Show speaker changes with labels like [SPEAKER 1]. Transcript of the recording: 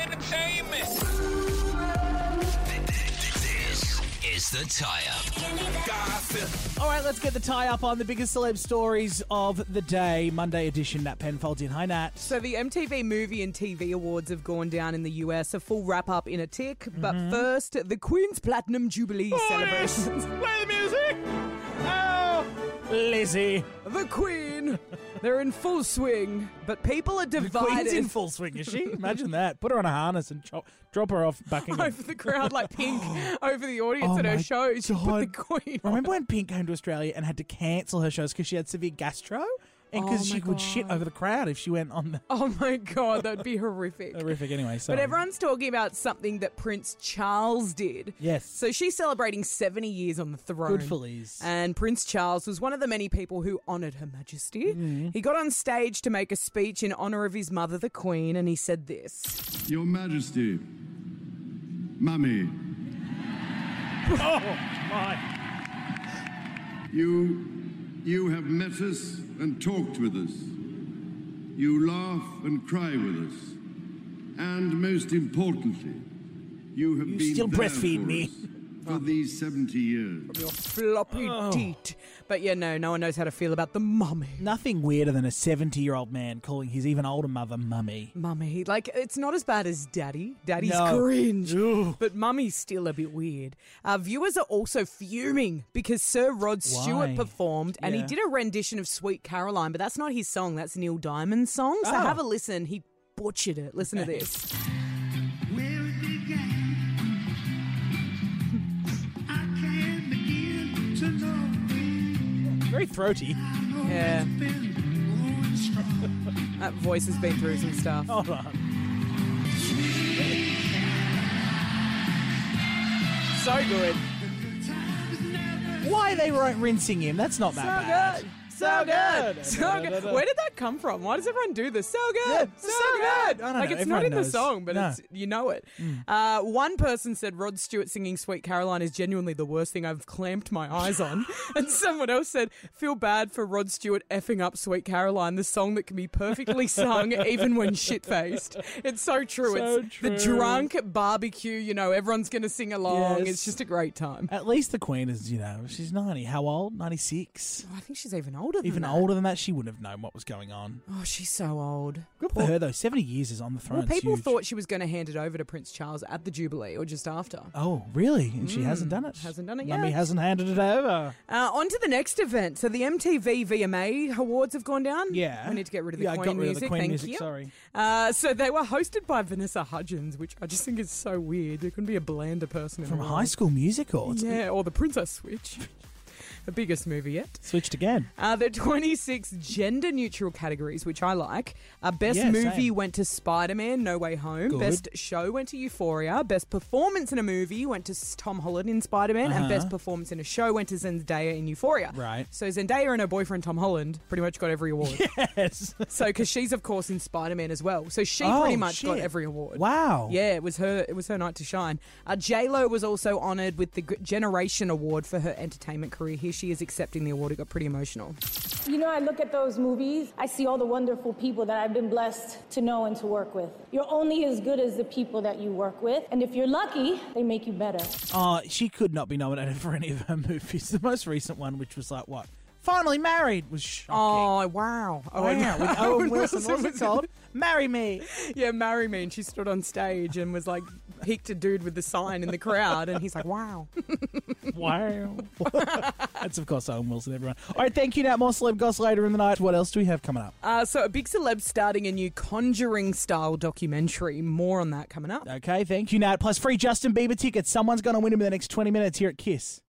[SPEAKER 1] Entertainment.
[SPEAKER 2] This is the tie up.
[SPEAKER 1] Gossip.
[SPEAKER 3] All right, let's get the tie up on the biggest celeb stories of the day, Monday edition. Nat Penn folds in. Hi, Nat.
[SPEAKER 4] So the MTV Movie and TV Awards have gone down in the US. A full wrap up in a tick, but
[SPEAKER 3] Mm-hmm.
[SPEAKER 4] first, the Queen's Platinum Jubilee celebrations.
[SPEAKER 3] Play music. Oh, Lizzie.
[SPEAKER 4] The Queen, they're in full swing, but people are divided
[SPEAKER 3] Queen's in full swing, is she? Imagine that. Put her on a harness and chop, drop her off Buckingham.
[SPEAKER 4] over the crowd like pink over the audience
[SPEAKER 3] Oh
[SPEAKER 4] at her
[SPEAKER 3] my
[SPEAKER 4] show. She put the
[SPEAKER 3] God.
[SPEAKER 4] Queen. on.
[SPEAKER 3] Remember when Pink came to Australia and had to cancel her shows because she had severe gastro? And because
[SPEAKER 4] Oh
[SPEAKER 3] she
[SPEAKER 4] my
[SPEAKER 3] would shit
[SPEAKER 4] God.
[SPEAKER 3] over the crowd if she went on the.
[SPEAKER 4] Oh my god, that'd be horrific.
[SPEAKER 3] Horrific, anyway. So.
[SPEAKER 4] But everyone's talking about something that Prince Charles did.
[SPEAKER 3] Yes.
[SPEAKER 4] So she's celebrating 70 years on the throne.
[SPEAKER 3] Good for Liz.
[SPEAKER 4] And Prince Charles was one of the many people who honoured Her Majesty.
[SPEAKER 3] Mm.
[SPEAKER 4] He got on stage to make a speech in honour of his mother, the Queen, and he said this.
[SPEAKER 5] Your Majesty, Mummy,
[SPEAKER 3] Oh, my.
[SPEAKER 5] you, you have met us and talked with us. You laugh and cry with us. And most importantly, you have
[SPEAKER 3] You
[SPEAKER 5] been
[SPEAKER 3] still
[SPEAKER 5] there
[SPEAKER 3] breastfeed
[SPEAKER 5] for
[SPEAKER 3] me.
[SPEAKER 5] us for these 70 years.
[SPEAKER 4] Floppy
[SPEAKER 3] Oh.
[SPEAKER 4] deet. But yeah, no, no one knows how to feel about the mummy.
[SPEAKER 3] Nothing weirder than a 70 year old man calling his even older mother mummy.
[SPEAKER 4] Mummy. Like, it's not as bad as daddy. Daddy's
[SPEAKER 3] No.
[SPEAKER 4] cringe.
[SPEAKER 3] Ooh.
[SPEAKER 4] But mummy's still a bit weird. Our viewers are also fuming because Sir Rod
[SPEAKER 3] Why?
[SPEAKER 4] Stewart performed and
[SPEAKER 3] Yeah.
[SPEAKER 4] he did a rendition of Sweet Caroline, but that's not his song. That's Neil Diamond's song. So
[SPEAKER 3] Oh.
[SPEAKER 4] have a listen. He butchered it. Listen to this.
[SPEAKER 6] Where it began, I can't begin to know where
[SPEAKER 3] Very throaty.
[SPEAKER 6] I know
[SPEAKER 4] Yeah.
[SPEAKER 6] it's been going strong.
[SPEAKER 4] That voice has been through some stuff.
[SPEAKER 3] Hold on.
[SPEAKER 4] So good.
[SPEAKER 6] Time's never
[SPEAKER 3] Why they weren't rinsing him? That's not
[SPEAKER 4] So
[SPEAKER 3] that bad.
[SPEAKER 4] good. So good. So good.
[SPEAKER 3] Da-da-da-da-da.
[SPEAKER 4] Where did that come from? Why does everyone do this? So good.
[SPEAKER 3] Yeah, so
[SPEAKER 4] So
[SPEAKER 3] good.
[SPEAKER 4] good.
[SPEAKER 3] I don't
[SPEAKER 4] Like
[SPEAKER 3] know.
[SPEAKER 4] it's
[SPEAKER 3] Everyone
[SPEAKER 4] not in the
[SPEAKER 3] knows.
[SPEAKER 4] song, but
[SPEAKER 3] No. Mm.
[SPEAKER 4] it's you know it. Uh, one person said Rod Stewart singing Sweet Caroline is genuinely the worst thing I've clamped my eyes on. and someone else said, feel bad for Rod Stewart effing up Sweet Caroline, the song that can be perfectly sung even when shit faced. It's so true.
[SPEAKER 3] So
[SPEAKER 4] it's the
[SPEAKER 3] true.
[SPEAKER 4] drunk barbecue, you know, everyone's gonna sing along.
[SPEAKER 3] Yes.
[SPEAKER 4] It's just a great time.
[SPEAKER 3] At least the Queen is, you know, she's 90. How old? 96.
[SPEAKER 4] I think she's even older than
[SPEAKER 3] Even
[SPEAKER 4] that.
[SPEAKER 3] older than that, she wouldn't have known what was going on.
[SPEAKER 4] Oh, she's so old.
[SPEAKER 3] Good for her, though. 70 years is on the throne.
[SPEAKER 4] Well,
[SPEAKER 3] It's
[SPEAKER 4] people
[SPEAKER 3] huge.
[SPEAKER 4] thought she was going to hand it over to Prince Charles at the Jubilee or just after.
[SPEAKER 3] Oh, really? And she hasn't done it.
[SPEAKER 4] Mm, hasn't done it
[SPEAKER 3] Mummy
[SPEAKER 4] yet.
[SPEAKER 3] hasn't handed it over.
[SPEAKER 4] Uh, on to the next event. So the MTV VMA awards have gone down.
[SPEAKER 3] Yeah.
[SPEAKER 4] we need to get rid of the
[SPEAKER 3] Yeah, I
[SPEAKER 4] Queen
[SPEAKER 3] got rid of
[SPEAKER 4] music.
[SPEAKER 3] the Queen
[SPEAKER 4] Thank
[SPEAKER 3] music,
[SPEAKER 4] you.
[SPEAKER 3] sorry.
[SPEAKER 4] Uh, so they were hosted by Vanessa Hudgens, which I just think is so weird. There couldn't be a blander person in
[SPEAKER 3] From
[SPEAKER 4] the
[SPEAKER 3] High
[SPEAKER 4] world.
[SPEAKER 3] School Musical. It's
[SPEAKER 4] Yeah, or the Princess Switch, the biggest movie yet.
[SPEAKER 3] switched again.
[SPEAKER 4] Uh, the 26 gender neutral categories, which I like. Uh, best
[SPEAKER 3] Yeah,
[SPEAKER 4] movie
[SPEAKER 3] same.
[SPEAKER 4] went to Spider Man, No Way Home.
[SPEAKER 3] Good.
[SPEAKER 4] Best show went to Euphoria. Best performance in a movie went to s- Tom Holland in Spider Man.
[SPEAKER 3] Uh-huh.
[SPEAKER 4] And best performance in a show went to Zendaya in Euphoria.
[SPEAKER 3] Right.
[SPEAKER 4] So Zendaya and her boyfriend Tom Holland pretty much got every award.
[SPEAKER 3] Yes.
[SPEAKER 4] So, because she's, of course, in Spider Man as well. So she
[SPEAKER 3] Oh,
[SPEAKER 4] pretty much got
[SPEAKER 3] shit.
[SPEAKER 4] every award.
[SPEAKER 3] Wow.
[SPEAKER 4] Yeah, it was her. It was her night to shine. Uh, J Lo was also honoured with the G- Generation Award for her entertainment career. Here she is accepting the award. It got pretty emotional.
[SPEAKER 7] You know, I look at those movies, I see all the wonderful people that I've been blessed to know and to work with. You're only as good as the people that you work with, and if you're lucky, they make you better.
[SPEAKER 3] Uh, she could not be nominated for any of her movies. The most recent one, which was like, what? Finally Married was shocking.
[SPEAKER 4] Oh wow! Oh,
[SPEAKER 3] yeah, with Owen Wilson. What was it called? Marry Me.
[SPEAKER 4] Yeah, marry me. And she stood on stage and was like, picked a dude with the sign in the crowd, and he's like, "Wow."
[SPEAKER 3] Wow. That's, of course, Owen Wilson, everyone. All right, thank you, Nat. More celeb goss later in the night. What else do we have coming up?
[SPEAKER 4] Uh, so a big celeb starting a new Conjuring-style documentary. More on that coming up.
[SPEAKER 3] Okay, thank you, Nat. Plus, free Justin Bieber tickets. Someone's going to win them in the next 20 minutes here at Kiss.